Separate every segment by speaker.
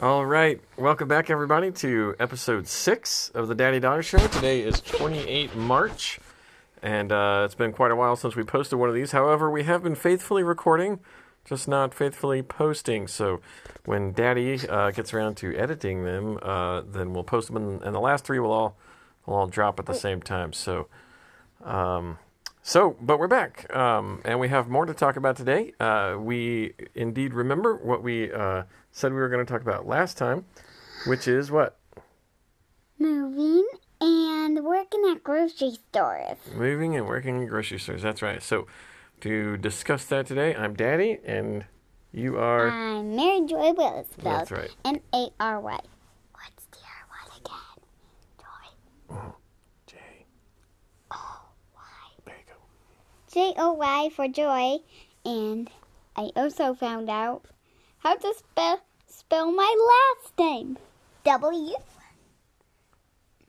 Speaker 1: All right, welcome back, everybody, to episode six of the Daddy Daughter Show. Today is 28 March, and uh, it's been quite a while since we posted one of these. However, we have been faithfully recording, just not faithfully posting. So when Daddy uh, gets around to editing them, uh, then we'll post them, and, and the last three will all will all drop at the same time. So. So, but we're back, um, and we have more to talk about today. Uh, we indeed remember what we uh, said we were going to talk about last time, which is what
Speaker 2: moving and working at grocery stores.
Speaker 1: moving and working in grocery stores. That's right. So, to discuss that today, I'm Daddy, and you are.
Speaker 2: I'm Mary Joy Willis. spelled
Speaker 1: That's right.
Speaker 2: M A R Y. What's the R Y again? Joy.
Speaker 1: Jay. Oh, why? There you go.
Speaker 2: J O Y for joy. And I also found out how to spell spell my last name. W.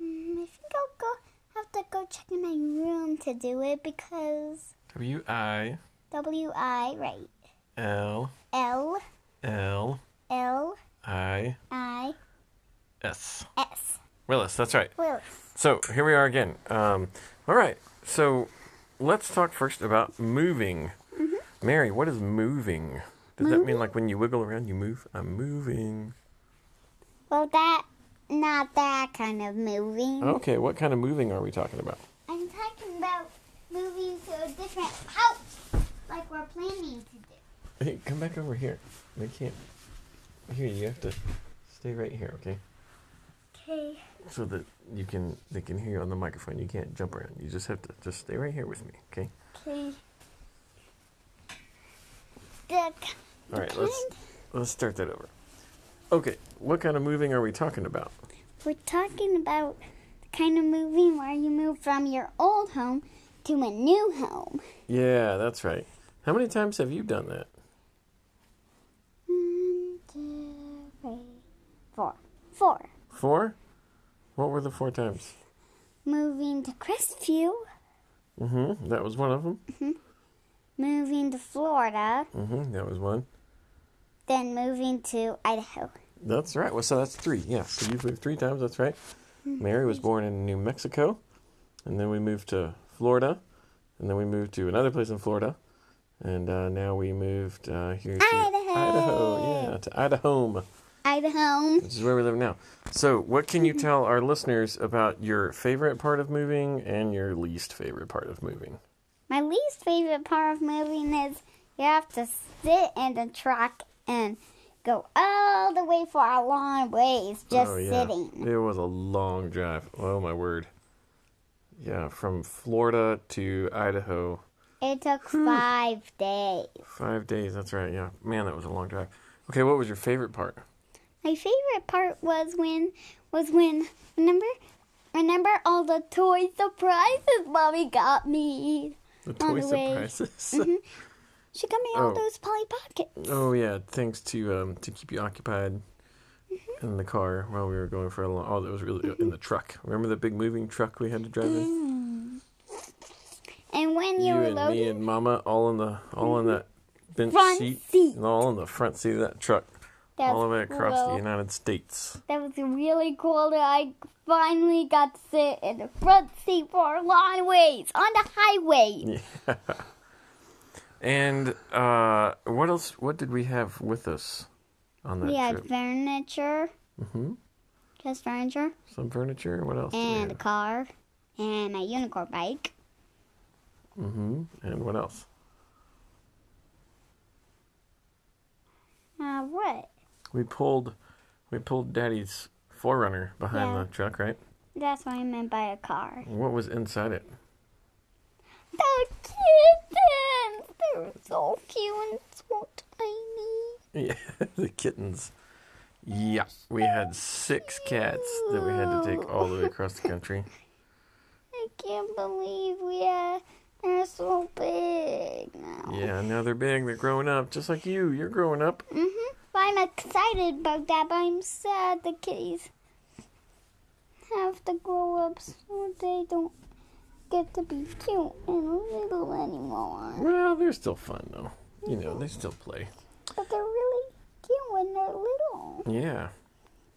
Speaker 2: Mm, I think I'll go have to go check in my room to do it because
Speaker 1: W I
Speaker 2: W I right
Speaker 1: L
Speaker 2: L
Speaker 1: L
Speaker 2: L
Speaker 1: I
Speaker 2: I
Speaker 1: S.
Speaker 2: S
Speaker 1: Willis. That's right.
Speaker 2: Willis.
Speaker 1: So here we are again. Um, all right. So let's talk first about moving. Mary, what is moving? Does that mean like when you wiggle around, you move? I'm moving.
Speaker 2: Well, that not that kind of moving.
Speaker 1: Okay. What kind of moving are we talking about?
Speaker 2: I'm talking about moving to a different house, like we're planning to do.
Speaker 1: Hey, come back over here. We can't. Here, you have to stay right here, okay?
Speaker 2: Okay.
Speaker 1: So that you can they can hear you on the microphone. You can't jump around. You just have to just stay right here with me, okay?
Speaker 2: Okay. The k-
Speaker 1: All right. Let's let's start that over. Okay. What kind of moving are we talking about?
Speaker 2: we're talking about the kind of moving where you move from your old home to a new home.
Speaker 1: Yeah, that's right. How many times have you done that?
Speaker 2: One, two, three, four. Four.
Speaker 1: Four? What were the four times?
Speaker 2: Moving to Crestview,
Speaker 1: Mm-hmm. That was one of them.
Speaker 2: moving to Florida,
Speaker 1: Mm-hmm. That was one.
Speaker 2: then moving to Idaho.
Speaker 1: That's right. Well, so that's three. Yeah. So you've moved three times. That's right. Mary was born in New Mexico, and then we moved to Florida, and then we moved to another place in Florida, and uh, now we moved uh, here to
Speaker 2: Idaho.
Speaker 1: Idaho. Yeah, to Idaho,
Speaker 2: Idaho.
Speaker 1: which is where we live now. So, what can you tell our listeners about your favorite part of moving and your least favorite part of moving?
Speaker 2: My least favorite part of moving is you have to sit in the truck and go all the way for a long ways
Speaker 1: Oh,
Speaker 2: just sitting.
Speaker 1: It was a long drive. Oh my word. Yeah, from Florida to Idaho.
Speaker 2: It took five days.
Speaker 1: Five days, that's right, yeah. Man, that was a long drive. Okay, what was your favorite part?
Speaker 2: My favorite part was when was when remember remember all the toy surprises mommy got me.
Speaker 1: The
Speaker 2: On
Speaker 1: toy
Speaker 2: the way.
Speaker 1: surprises.
Speaker 2: Mm-hmm. She got me all
Speaker 1: Oh.
Speaker 2: those Polly Pockets.
Speaker 1: oh yeah, thanks to um to keep you occupied
Speaker 2: Mm-hmm.
Speaker 1: in the car while we were going for a long oh that was really in the truck. Remember the big moving truck we had to drive in?
Speaker 2: And when Mm-hmm. you,
Speaker 1: You
Speaker 2: were
Speaker 1: and me
Speaker 2: loading
Speaker 1: and Mama all in the all in that bench
Speaker 2: Front seat.
Speaker 1: And all in the front seat of that truck.
Speaker 2: that
Speaker 1: all the way
Speaker 2: was
Speaker 1: across the
Speaker 2: cool.
Speaker 1: United States.
Speaker 2: That was really cool that I finally got to sit in the front seat for a long ways on the highway.
Speaker 1: And uh, what else? What did we have with us on that
Speaker 2: We had
Speaker 1: trip?
Speaker 2: furniture. Mm-hmm. Just furniture.
Speaker 1: Some furniture. What else? did we
Speaker 2: And a car. And a unicorn bike.
Speaker 1: have? and what else?
Speaker 2: Uh, what?
Speaker 1: We pulled, we pulled Daddy's Forerunner behind
Speaker 2: Yeah.
Speaker 1: the truck, right?
Speaker 2: That's what I meant by a car.
Speaker 1: What was inside it?
Speaker 2: The kittens! They were so cute and so tiny.
Speaker 1: Yeah, the kittens. Yeah, we had six cats that we had to take all the way across the country.
Speaker 2: I can't believe we are, they're so big now.
Speaker 1: Yeah, now they're big. They're growing up, just like you. You're growing up.
Speaker 2: Mm-hmm. But I'm excited about that, but I'm sad the kitties have to grow up so they don't get to be cute and little anymore.
Speaker 1: Well, they're still fun though. You know, they still play.
Speaker 2: But they're really cute when they're little.
Speaker 1: Yeah.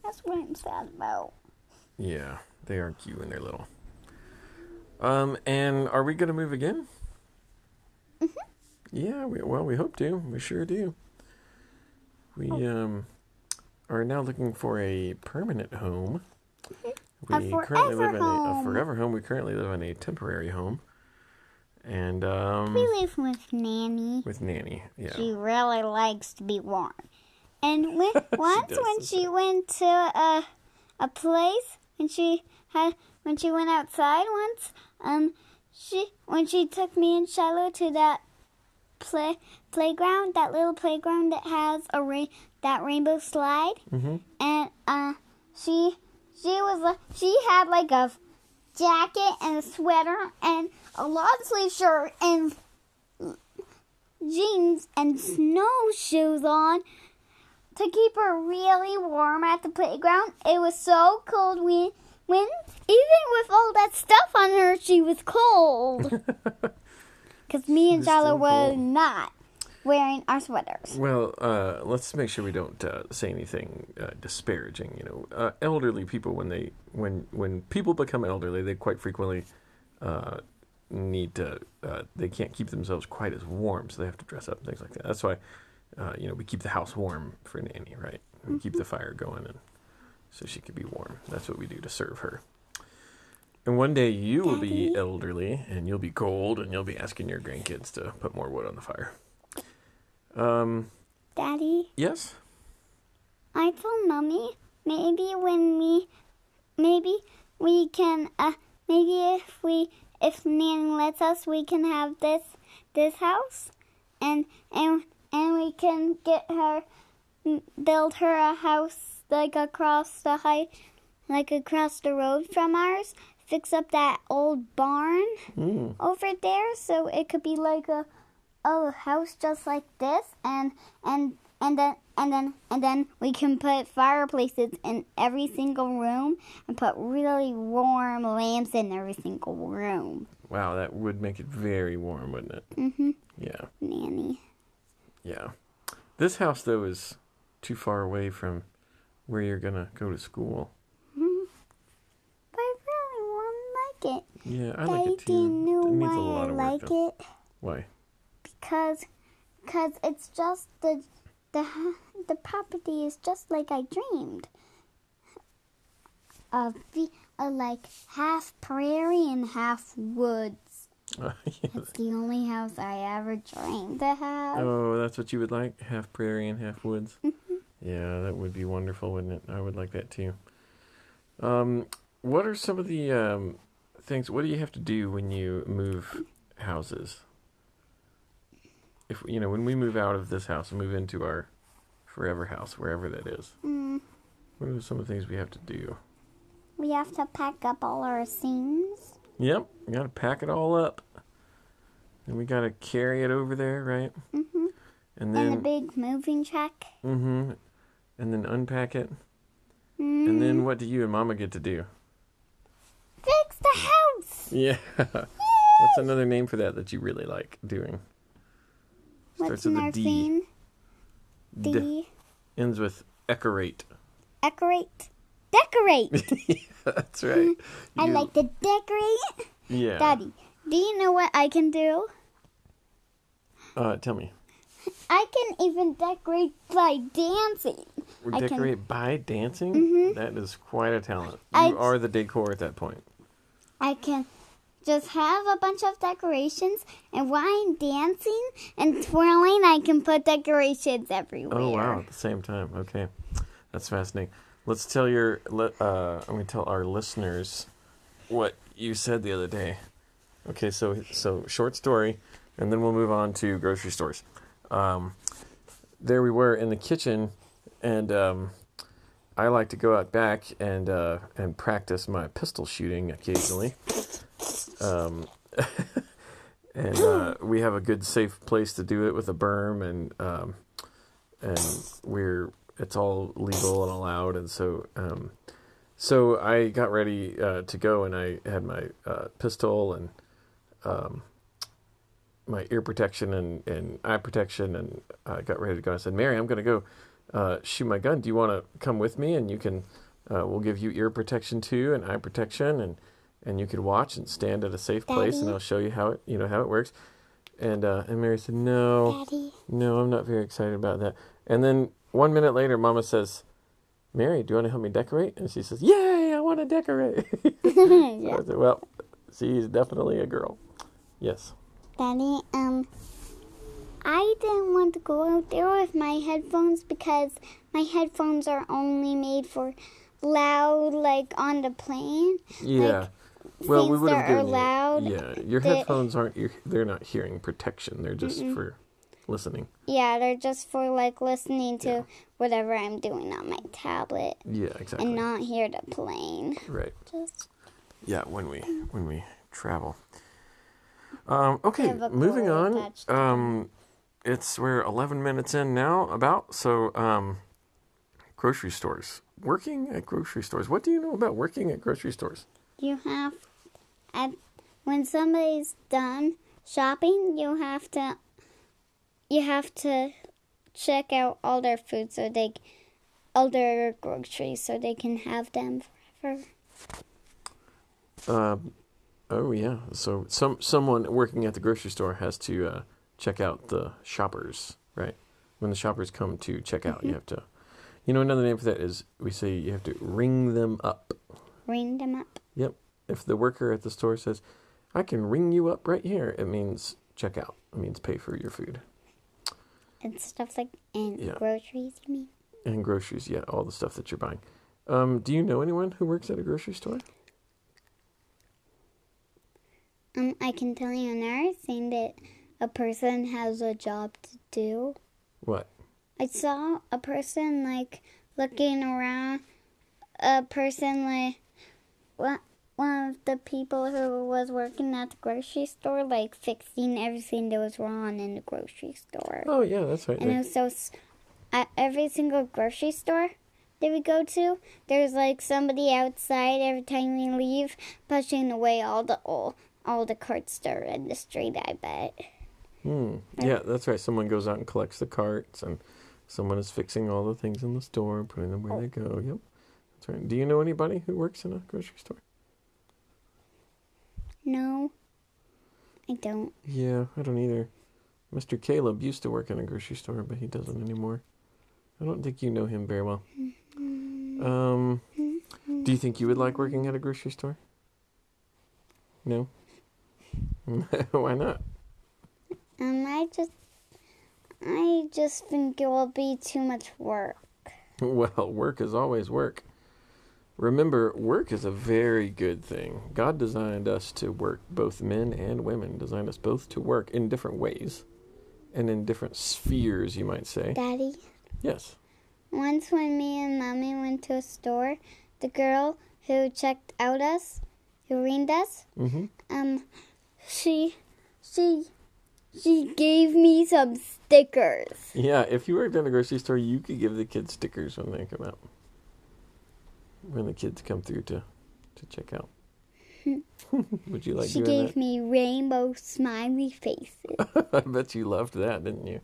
Speaker 2: That's what I'm sad about.
Speaker 1: Yeah, they are cute when they're little. Um, and are we gonna move again?
Speaker 2: Mm-hmm.
Speaker 1: Yeah, we, well, we hope to. We sure do. We
Speaker 2: Oh.
Speaker 1: um are now looking for a permanent home.
Speaker 2: Mm-hmm. A
Speaker 1: We currently live
Speaker 2: forever
Speaker 1: in a, a
Speaker 2: home.
Speaker 1: forever home. We currently live in a temporary home, and um,
Speaker 2: We live with Nanny.
Speaker 1: with nanny. Yeah,
Speaker 2: She really likes to be warm. And when, once
Speaker 1: does,
Speaker 2: when
Speaker 1: doesn't
Speaker 2: she went to a a place when she had when she went outside once, um she when she took me and Shiloh to that play playground, that little playground that has a ra- that rainbow slide. Mm-hmm. And uh she she was li- she had like a jacket and a sweater and a long sleeve shirt and jeans and snowshoes on to keep her really warm at the playground. It was so cold we when even with all that stuff on her, she was cold. Cuz me and
Speaker 1: was still
Speaker 2: Jala were
Speaker 1: cold.
Speaker 2: not wearing our sweaters.
Speaker 1: Well, uh, let's make sure we don't uh, say anything uh, disparaging. You know, uh, elderly people when they when when people become elderly, they quite frequently uh, need to. Uh, they can't keep themselves quite as warm, so they have to dress up and things like that. That's why, uh, you know, we keep the house warm for Nanny, right? We keep the fire going, and so she can be warm. That's what we do to serve her. And one day you will be
Speaker 2: Daddy?
Speaker 1: elderly, and you'll be cold, and you'll be asking your grandkids to put more wood on the fire.
Speaker 2: Daddy,
Speaker 1: Yes.
Speaker 2: I told Mummy maybe when we, maybe we can, uh, maybe if we, if Nanny lets us, we can have this, this house, and and and we can get her, m- build her a house like across the high, like across the road from ours. Fix up that old barn
Speaker 1: Mm.
Speaker 2: over there so it could be like a a house just like this and and and then and then and then we can put fireplaces in every single room and put really warm lamps in every single room
Speaker 1: Wow, that would make it very warm, wouldn't it? Mm-hmm. Yeah,
Speaker 2: nanny
Speaker 1: yeah. This house though is too far away from where you're gonna go to school.
Speaker 2: but i really want to like it
Speaker 1: Yeah, I like it
Speaker 2: do you
Speaker 1: too.
Speaker 2: know
Speaker 1: it needs a
Speaker 2: why
Speaker 1: lot
Speaker 2: i
Speaker 1: of
Speaker 2: like
Speaker 1: work. though.
Speaker 2: it
Speaker 1: Why?
Speaker 2: because because it's just the the the property is just like I dreamed. Of be a like half prairie and half woods. It's the only house I ever dreamed to have.
Speaker 1: oh, that's what you would like? Half prairie and half woods. yeah, that would be wonderful, wouldn't it? I would like that too. Um, what are some of the um, things? What do you have to do when you move houses? If you know, when we move out of this house and move into our forever house, wherever that is,
Speaker 2: Mm,
Speaker 1: what are some of the things we have to do?
Speaker 2: we have to pack up all our things.
Speaker 1: Yep, we gotta pack it all up, and we gotta carry it over there, right?
Speaker 2: Mm-hmm.
Speaker 1: And
Speaker 2: And
Speaker 1: then,
Speaker 2: the big moving truck.
Speaker 1: mm-hmm, and then unpack it.
Speaker 2: Mm,
Speaker 1: And then what do you and Mama get to do?
Speaker 2: fix the house.
Speaker 1: Yeah. What's another name for that that you really like doing?
Speaker 2: What's
Speaker 1: Starts with a
Speaker 2: in our
Speaker 1: D.
Speaker 2: theme?
Speaker 1: D-
Speaker 2: D.
Speaker 1: ends with decorate.
Speaker 2: Decorate. Decorate.
Speaker 1: That's right.
Speaker 2: I
Speaker 1: You-
Speaker 2: like to decorate.
Speaker 1: yeah.
Speaker 2: Daddy, do you know what I can do?
Speaker 1: Uh, tell me.
Speaker 2: I can even decorate by dancing. I can- Mm-hmm.
Speaker 1: Decorate by dancing? That is quite a talent. You
Speaker 2: I-
Speaker 1: are the decor at that point.
Speaker 2: I can just have a bunch of decorations, and while I'm dancing and twirling, I can put decorations everywhere.
Speaker 1: Oh wow! At the same time, okay, that's fascinating. Let's tell your. Let, uh, I'm gonna tell our listeners what you said the other day. Okay, so so short story, and then we'll move on to grocery stores. Um, there we were in the kitchen, and um, I like to go out back and uh, and practice my pistol shooting occasionally. Um, and uh, we have a good safe place to do it with a berm and. Um, and we're it's all legal and allowed and so um so i got ready uh to go and i had my uh pistol and um my ear protection and and eye protection and i got ready to go i said mary i'm gonna go uh, shoot my gun. Do you want to come with me? And you can, uh, we'll give you ear protection too and eye protection, and and you could watch and stand at a safe place, and
Speaker 2: Daddy.
Speaker 1: I'll show you how it, you know, how it works. And uh, and Mary said, no,
Speaker 2: Daddy.
Speaker 1: no, I'm not very excited about that. And then one minute later, Mama says, Mary, do you want to help me decorate? And she says, Yay, I want to decorate.
Speaker 2: yeah.
Speaker 1: I said, well, she's definitely a girl. Yes.
Speaker 2: Daddy, um, I didn't want to go out there with my headphones because my headphones are only made for loud, like on the plane.
Speaker 1: Yeah. well, we
Speaker 2: things
Speaker 1: would
Speaker 2: that
Speaker 1: have
Speaker 2: are
Speaker 1: given you.
Speaker 2: loud,
Speaker 1: yeah, your
Speaker 2: the-
Speaker 1: headphones aren't. ear- They're not hearing protection. They're just for listening.
Speaker 2: Yeah, they're just for like listening to
Speaker 1: Yeah.
Speaker 2: whatever I'm doing on my tablet
Speaker 1: Yeah, exactly.
Speaker 2: and not hear the plane.
Speaker 1: right.
Speaker 2: Just
Speaker 1: Yeah, when we
Speaker 2: Mm.
Speaker 1: when we travel. Um, okay,
Speaker 2: have a
Speaker 1: moving
Speaker 2: coral
Speaker 1: on.
Speaker 2: attached to
Speaker 1: Um, it's we're eleven minutes in now. About so um, grocery stores. Working at grocery stores. What do you know about working at grocery stores?
Speaker 2: you have, at, when somebody's done shopping, you have to, you have to check out all their food so they, c- all their groceries so they can have them forever.
Speaker 1: Um, oh yeah. So some someone working at the grocery store has to uh, check out the shoppers, right? When the shoppers come to check out,
Speaker 2: Mm-hmm.
Speaker 1: you have to. You know, another name for that is we say you have to ring them up.
Speaker 2: Ring them up.
Speaker 1: Yep. If the worker at the store says, "I can ring you up right here," it means check out. It means pay for your food
Speaker 2: and stuff like and
Speaker 1: Yeah.
Speaker 2: groceries. You mean?
Speaker 1: and groceries. Yeah, all the stuff that you're buying. Um, do you know anyone who works at a grocery store?
Speaker 2: Um, I can tell you another thing that a person has a job to do.
Speaker 1: What?
Speaker 2: I saw a person like looking around. A person like one one of the people who was working at the grocery store, like fixing everything that was wrong in the grocery store.
Speaker 1: Oh yeah, that's right.
Speaker 2: And it
Speaker 1: They-
Speaker 2: was so s- at every single grocery store that we go to, there's like somebody outside every time we leave pushing away all the all, all the carts that are in the street. I bet.
Speaker 1: Hmm. Yeah, that's right. Someone goes out and collects the carts, and someone is fixing all the things in the store and putting them where they go. Yep, that's right. Do you know anybody who works in a grocery store?
Speaker 2: No, I don't.
Speaker 1: Yeah, I don't either. Mr. Caleb used to work in a grocery store, but he doesn't anymore. I don't think you know him very well. Um, do you think you would like working at a grocery store? No. Why not?
Speaker 2: Um, I just I just think it will be too much work.
Speaker 1: Well, work is always work. Remember, work is a very good thing. God designed us to work, both men and women, designed us both to work in different ways and in different spheres, you might say.
Speaker 2: Daddy,
Speaker 1: Yes.
Speaker 2: once when me and mommy went to a store, the girl who checked out us, who ringed us,
Speaker 1: Mm-hmm.
Speaker 2: um she she she gave me some stickers.
Speaker 1: Yeah, if you worked at a grocery store, you could give the kids stickers when they come out. When the kids come through to, to check out. Would you like
Speaker 2: she
Speaker 1: doing
Speaker 2: gave me rainbow smiley faces.
Speaker 1: that? I bet you loved that, didn't you?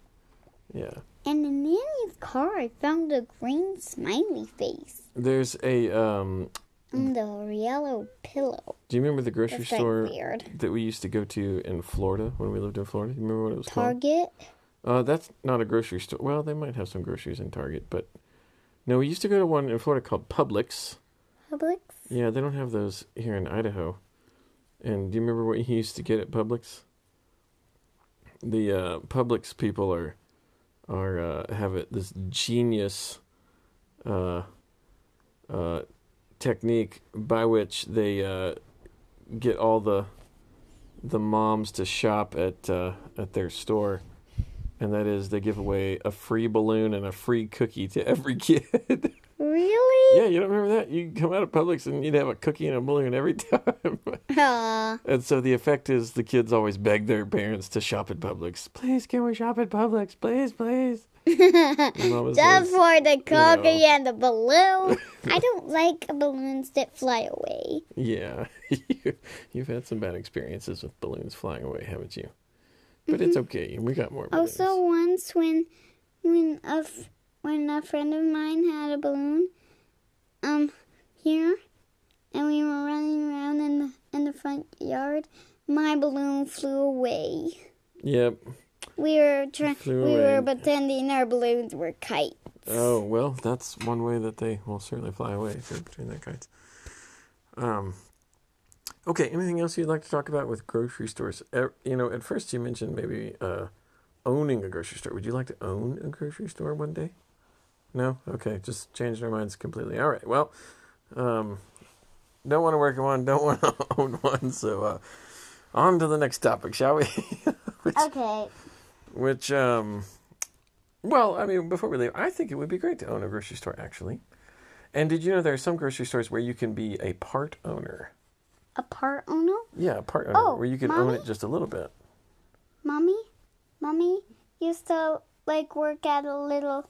Speaker 1: Yeah.
Speaker 2: and in Nanny's car I found a green smiley face
Speaker 1: There's a um
Speaker 2: on the yellow pillow.
Speaker 1: do you remember the grocery
Speaker 2: That's like
Speaker 1: store
Speaker 2: weird.
Speaker 1: that we used to go to in Florida when we lived in Florida. You remember what it was
Speaker 2: Target.
Speaker 1: called? Uh, that's not a grocery store. Well, they might have some groceries in Target, but no, we used to go to one in Florida called Publix.
Speaker 2: Publix.
Speaker 1: Yeah, they don't have those here in Idaho. And do you remember what you used to get at Publix? The uh, Publix people are are uh, have it this genius uh, uh, technique by which they uh, get all the the moms to shop at uh, at their store, and that is they give away a free balloon and a free cookie to every kid.
Speaker 2: Really?
Speaker 1: Yeah, you don't remember that? You come out of Publix and you'd have a cookie and a balloon every time.
Speaker 2: Aw.
Speaker 1: and so the effect is the kids always beg their parents to shop at Publix. Please, can we shop at Publix? Please, please. And Mama
Speaker 2: Just
Speaker 1: says,
Speaker 2: for the cookie
Speaker 1: know.
Speaker 2: and the balloon. I don't like balloons that fly away.
Speaker 1: yeah, you, you've had some bad experiences with balloons flying away, haven't you? But it's okay. We got more balloons.
Speaker 2: Also, once when when a f- when a friend of mine had a balloon um here and we were running around in the in the front yard, my balloon flew away.
Speaker 1: Yep.
Speaker 2: We were trying we
Speaker 1: Flew
Speaker 2: were
Speaker 1: away.
Speaker 2: pretending our balloons were kites.
Speaker 1: Oh well, that's one way that they will certainly fly away if you're between their kites. Um. Okay. Anything else you'd like to talk about with grocery stores? Er, You know, at first you mentioned maybe uh, owning a grocery store. Would you like to own a grocery store one day? No. Okay. Just changed our minds completely. All right. Well, um, don't want to work in one. Don't want to own one. So, uh, on to the next topic, shall we? Which-
Speaker 2: Okay.
Speaker 1: which, um, well, I mean, before we leave, I think it would be great to own a grocery store, actually. And did you know there are some grocery stores where you can be a part owner?
Speaker 2: A part owner?
Speaker 1: Yeah, a part owner,
Speaker 2: Oh,
Speaker 1: where you can own
Speaker 2: mommy?
Speaker 1: it just a little bit.
Speaker 2: Mommy? Mommy used to like work at a little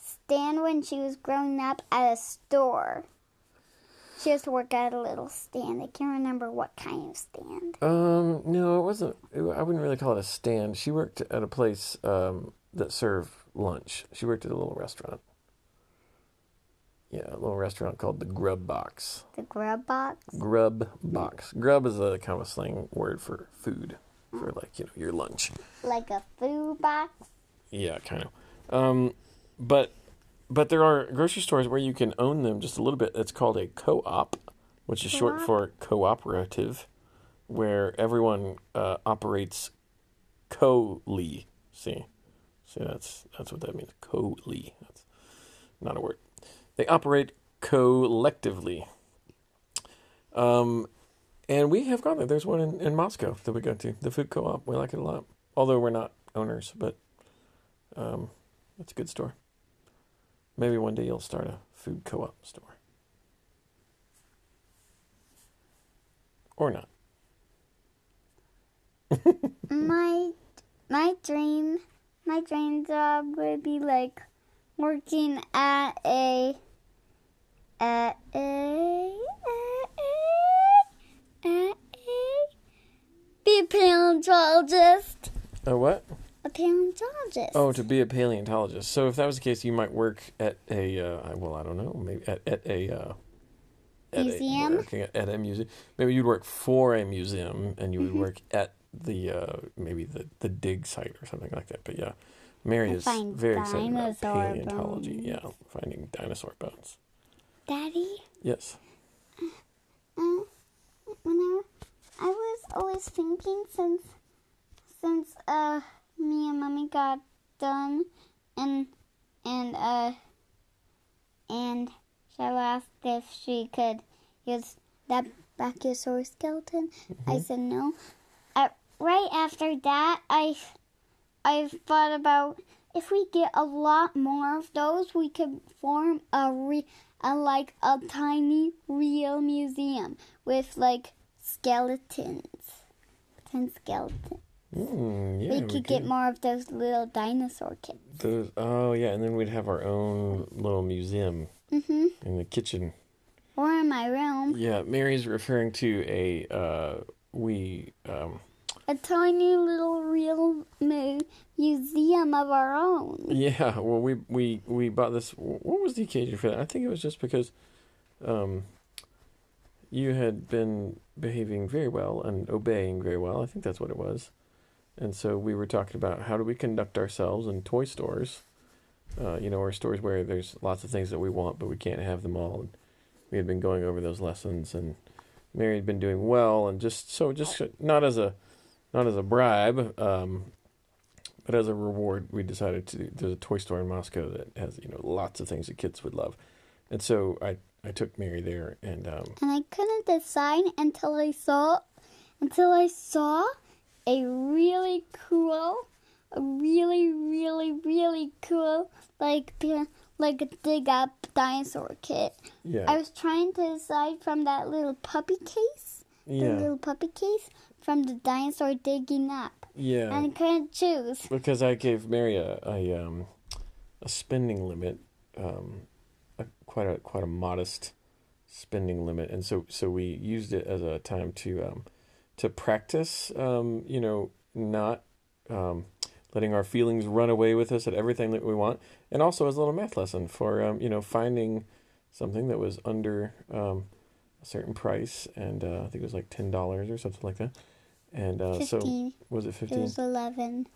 Speaker 2: stand when she was growing up at a store. She used to work at a little stand. I can't remember what kind of stand.
Speaker 1: Um, no, it wasn't. it- I wouldn't really call it a stand. She worked at a place um, that served lunch. She worked at a little restaurant. Yeah, a little restaurant called the Grub Box.
Speaker 2: The grub box.
Speaker 1: Grub Box. Grub is a kind of a slang word for food, for like you know your lunch.
Speaker 2: Like a food box.
Speaker 1: Yeah, kind of. Um, but but there are grocery stores where you can own them just a little bit. It's called a co-op, which is short for cooperative, where everyone uh, operates co-ly. See, see that's that's what that means. Co-ly. That's not a word. They operate collectively. Um, and we have gone there. There's one in, in Moscow that we go to, the food co-op. We like it a lot, although we're not owners, but um, it's a good store. Maybe one day you'll start a food co-op store. Or not.
Speaker 2: my my dream my dream job would be like working at a at a at a, at a be a paleontologist
Speaker 1: Oh, what?
Speaker 2: a paleontologist
Speaker 1: Oh, to be a paleontologist. So if that was the case, you might work at a uh, well, I don't know, maybe at, at a uh, at
Speaker 2: Museum?
Speaker 1: A, working at, at a museum. Maybe you'd work for a museum, and you would
Speaker 2: Mm-hmm.
Speaker 1: work at the uh, maybe the the dig site or something like that. But yeah, Mary
Speaker 2: And
Speaker 1: is
Speaker 2: find
Speaker 1: very excited about
Speaker 2: dinosaur
Speaker 1: paleontology.
Speaker 2: bones.
Speaker 1: Yeah, finding dinosaur bones.
Speaker 2: daddy
Speaker 1: Yes.
Speaker 2: uh, when I, I was always thinking since since uh me and mommy got done and and uh and she asked if she could use that brachiosaurus skeleton. I said no. Uh, right after that, I I thought about if we get a lot more of those, we could form a re- a like a tiny real museum with like skeletons, ten skeletons.
Speaker 1: Mm, yeah,
Speaker 2: we could get more of those little dinosaur kids.
Speaker 1: Those, oh yeah, and then we'd have our own little museum
Speaker 2: Mm-hmm.
Speaker 1: in the kitchen.
Speaker 2: Or in my room,
Speaker 1: Yeah, Mary's referring to a uh, we um,
Speaker 2: a tiny little real mu- museum of our own.
Speaker 1: yeah. Well, we we we bought this. What was the occasion for that? I think it was just because um, you had been behaving very well and obeying very well. I think that's what it was. And so we were talking about how do we conduct ourselves in toy stores, uh, you know, or stores where there's lots of things that we want, but we can't have them all. And we had been going over those lessons, and Mary had been doing well, and just so just not as a not as a bribe, um, but as a reward, we decided to there's a toy store in Moscow that has you know lots of things that kids would love, and so I I took Mary there, and um,
Speaker 2: and I couldn't decide until I saw until I saw a really cool, a really really really cool like pa- like a dig up dinosaur kit.
Speaker 1: yeah
Speaker 2: I was trying to decide from that little puppy case, the
Speaker 1: yeah
Speaker 2: little puppy case from the dinosaur digging up,
Speaker 1: yeah.
Speaker 2: and I couldn't choose.
Speaker 1: because I gave Mary a a, um, a spending limit, um, a, quite a quite a modest spending limit, and so so we used it as a time to um, to practice, um, you know, not um, letting our feelings run away with us at everything that we want, and also as a little math lesson for um, you know finding something that was under um, a certain price, and uh, I think it was like ten dollars or something like that. And uh, so
Speaker 2: Fifteen.
Speaker 1: was it
Speaker 2: It
Speaker 1: fifteen?
Speaker 2: was eleven.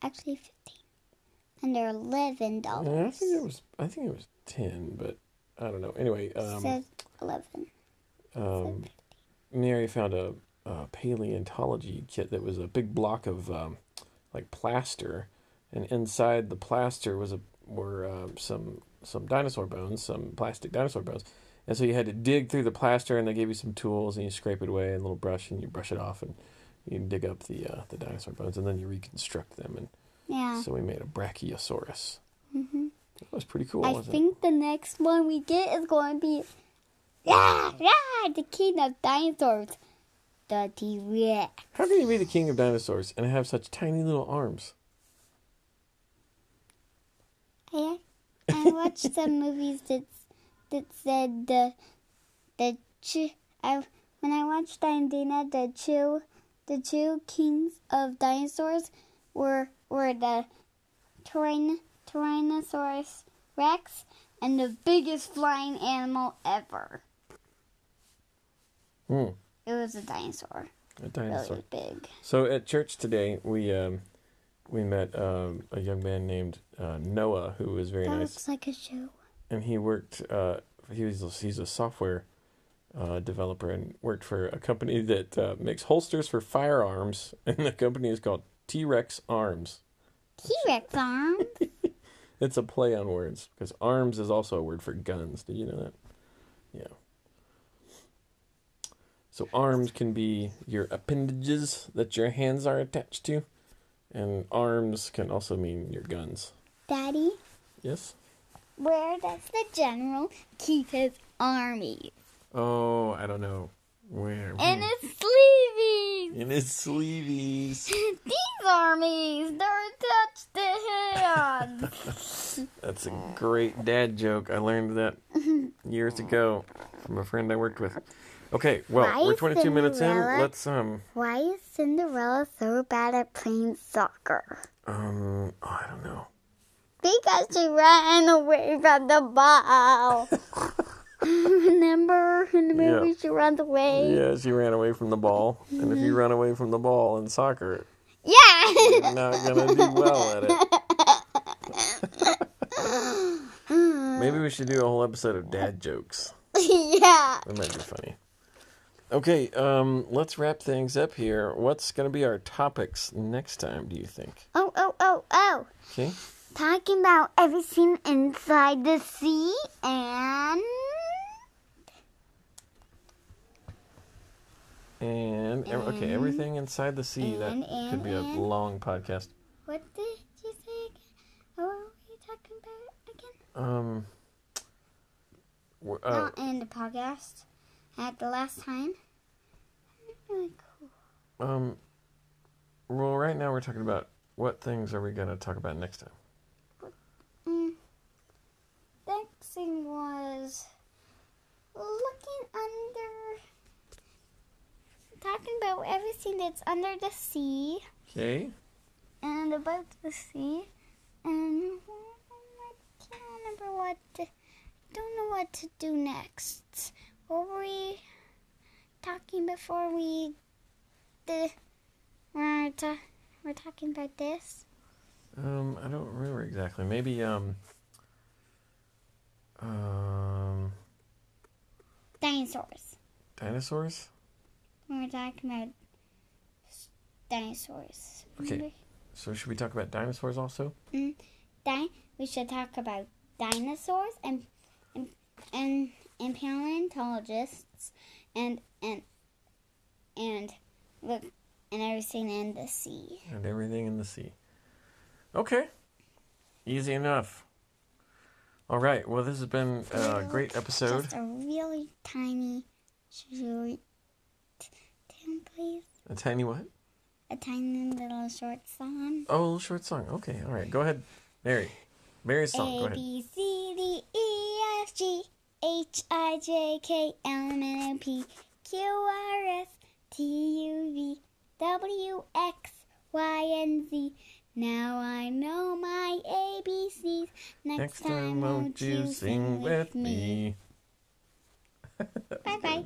Speaker 2: Actually, fifteen. And they're eleven
Speaker 1: Yeah, I
Speaker 2: dollars.
Speaker 1: think it was. I think it was ten, but I don't know. Anyway, um,
Speaker 2: says eleven.
Speaker 1: um, Mary found a, a paleontology kit that was a big block of um, like plaster, and inside the plaster was a were um, some some dinosaur bones, some plastic dinosaur bones, and so you had to dig through the plaster, and they gave you some tools, and you scrape it away, and a little brush, and you brush it off, and you dig up the uh, the dinosaur bones, and then you reconstruct them, and
Speaker 2: Yeah.
Speaker 1: so we made a brachiosaurus. Mm-hmm. That was pretty cool.
Speaker 2: I
Speaker 1: wasn't it?
Speaker 2: think the next one we get is going to be yeah, yeah, the king of dinosaurs, the T Rex.
Speaker 1: How can you be the king of dinosaurs and have such tiny little arms?
Speaker 2: I, I watched some movies that that said the the chi- I when I watched Dindina, the two the two kings of dinosaurs were were the tyran, Tyrannosaurus Rex and the biggest flying animal ever.
Speaker 1: Hmm,
Speaker 2: It was a dinosaur,
Speaker 1: a
Speaker 2: really
Speaker 1: dinosaur.
Speaker 2: big.
Speaker 1: So at church today, we um, we met um, a young man named uh, Noah who was very
Speaker 2: That
Speaker 1: nice,
Speaker 2: looks like a shoe.
Speaker 1: and he worked. Uh, he was he's a software uh, developer and worked for a company that uh, makes holsters for firearms, and the company is called T Rex Arms.
Speaker 2: T Rex arm.
Speaker 1: It's a play on words because arms is also a word for guns. Did you know that? Yeah. So arms can be your appendages that your hands are attached to, and arms can also mean your guns.
Speaker 2: Daddy,
Speaker 1: Yes.
Speaker 2: where does the general keep his army?
Speaker 1: Oh, I don't know where. Hmm.
Speaker 2: And his sleeves.
Speaker 1: in his sleeves.
Speaker 2: These armies, they're attached to hands.
Speaker 1: That's a great dad joke. I learned that years ago from a friend I worked with. Okay, well,
Speaker 2: Why
Speaker 1: we're
Speaker 2: is
Speaker 1: 22 minutes in.
Speaker 2: Cinderella-
Speaker 1: Let's um
Speaker 2: Why is Cinderella so bad at playing soccer?
Speaker 1: um oh, I don't know.
Speaker 2: Because she ran away from the ball. remember in the
Speaker 1: Yeah.
Speaker 2: movie she runs away?
Speaker 1: Yeah, she ran away from the ball. And if
Speaker 2: Mm-hmm.
Speaker 1: you run away from the ball in soccer,
Speaker 2: Yeah.
Speaker 1: you're not going to do well at it. Maybe we should do a whole episode of dad jokes.
Speaker 2: yeah.
Speaker 1: That might be funny. Okay, um, let's wrap things up here. What's going to be our topics next time, do you think?
Speaker 2: Oh, oh, oh, oh.
Speaker 1: Okay.
Speaker 2: talking about everything inside the sea and
Speaker 1: And, ev- okay, everything inside the sea. That
Speaker 2: And- and-
Speaker 1: could be a
Speaker 2: and-
Speaker 1: long podcast.
Speaker 2: what did you say again? What were we talking about again?
Speaker 1: Um, w- uh,
Speaker 2: Not in the podcast at the last time. Really cool.
Speaker 1: um, well, right now we're talking about what things are we going to talk about next time?
Speaker 2: Mm. Next thing was looking under, talking about everything that's under the sea.
Speaker 1: Okay.
Speaker 2: and about the sea. And I can't remember what. To, don't know what to do next. What were we talking before we did? We're, ta- we're talking about this.
Speaker 1: Um, I don't remember exactly. Maybe um. Um,
Speaker 2: Dinosaurs.
Speaker 1: dinosaurs.
Speaker 2: We We're talking about s- dinosaurs.
Speaker 1: Okay.
Speaker 2: Remember?
Speaker 1: So should we talk about dinosaurs also?
Speaker 2: Di- we should talk about dinosaurs and and and, and paleontologists and and and look and everything in the sea.
Speaker 1: And everything in the sea. Okay. Easy enough. All right. Well, this has been a great episode.
Speaker 2: Just a really tiny short Tim, please.
Speaker 1: A tiny what?
Speaker 2: A tiny little short song.
Speaker 1: Oh, a little short song. Okay. All right. Go ahead, Mary. Mary's song. Go
Speaker 2: A
Speaker 1: ahead.
Speaker 2: B C D E F G H I J K L M N O P Q R S T U V W X Y and Z Now I know my ABCs. Next,
Speaker 1: Next
Speaker 2: time, won't you sing with me? Bye bye.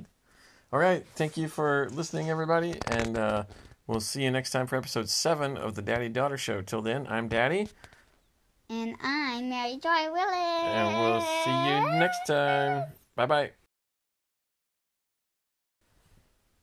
Speaker 1: All right. Thank you for listening, everybody. And uh, we'll see you next time for episode seven of the Daddy Daughter Show. Till then, I'm Daddy,
Speaker 2: And I'm Mary Joy Willis.
Speaker 1: and we'll see you next time. Bye bye.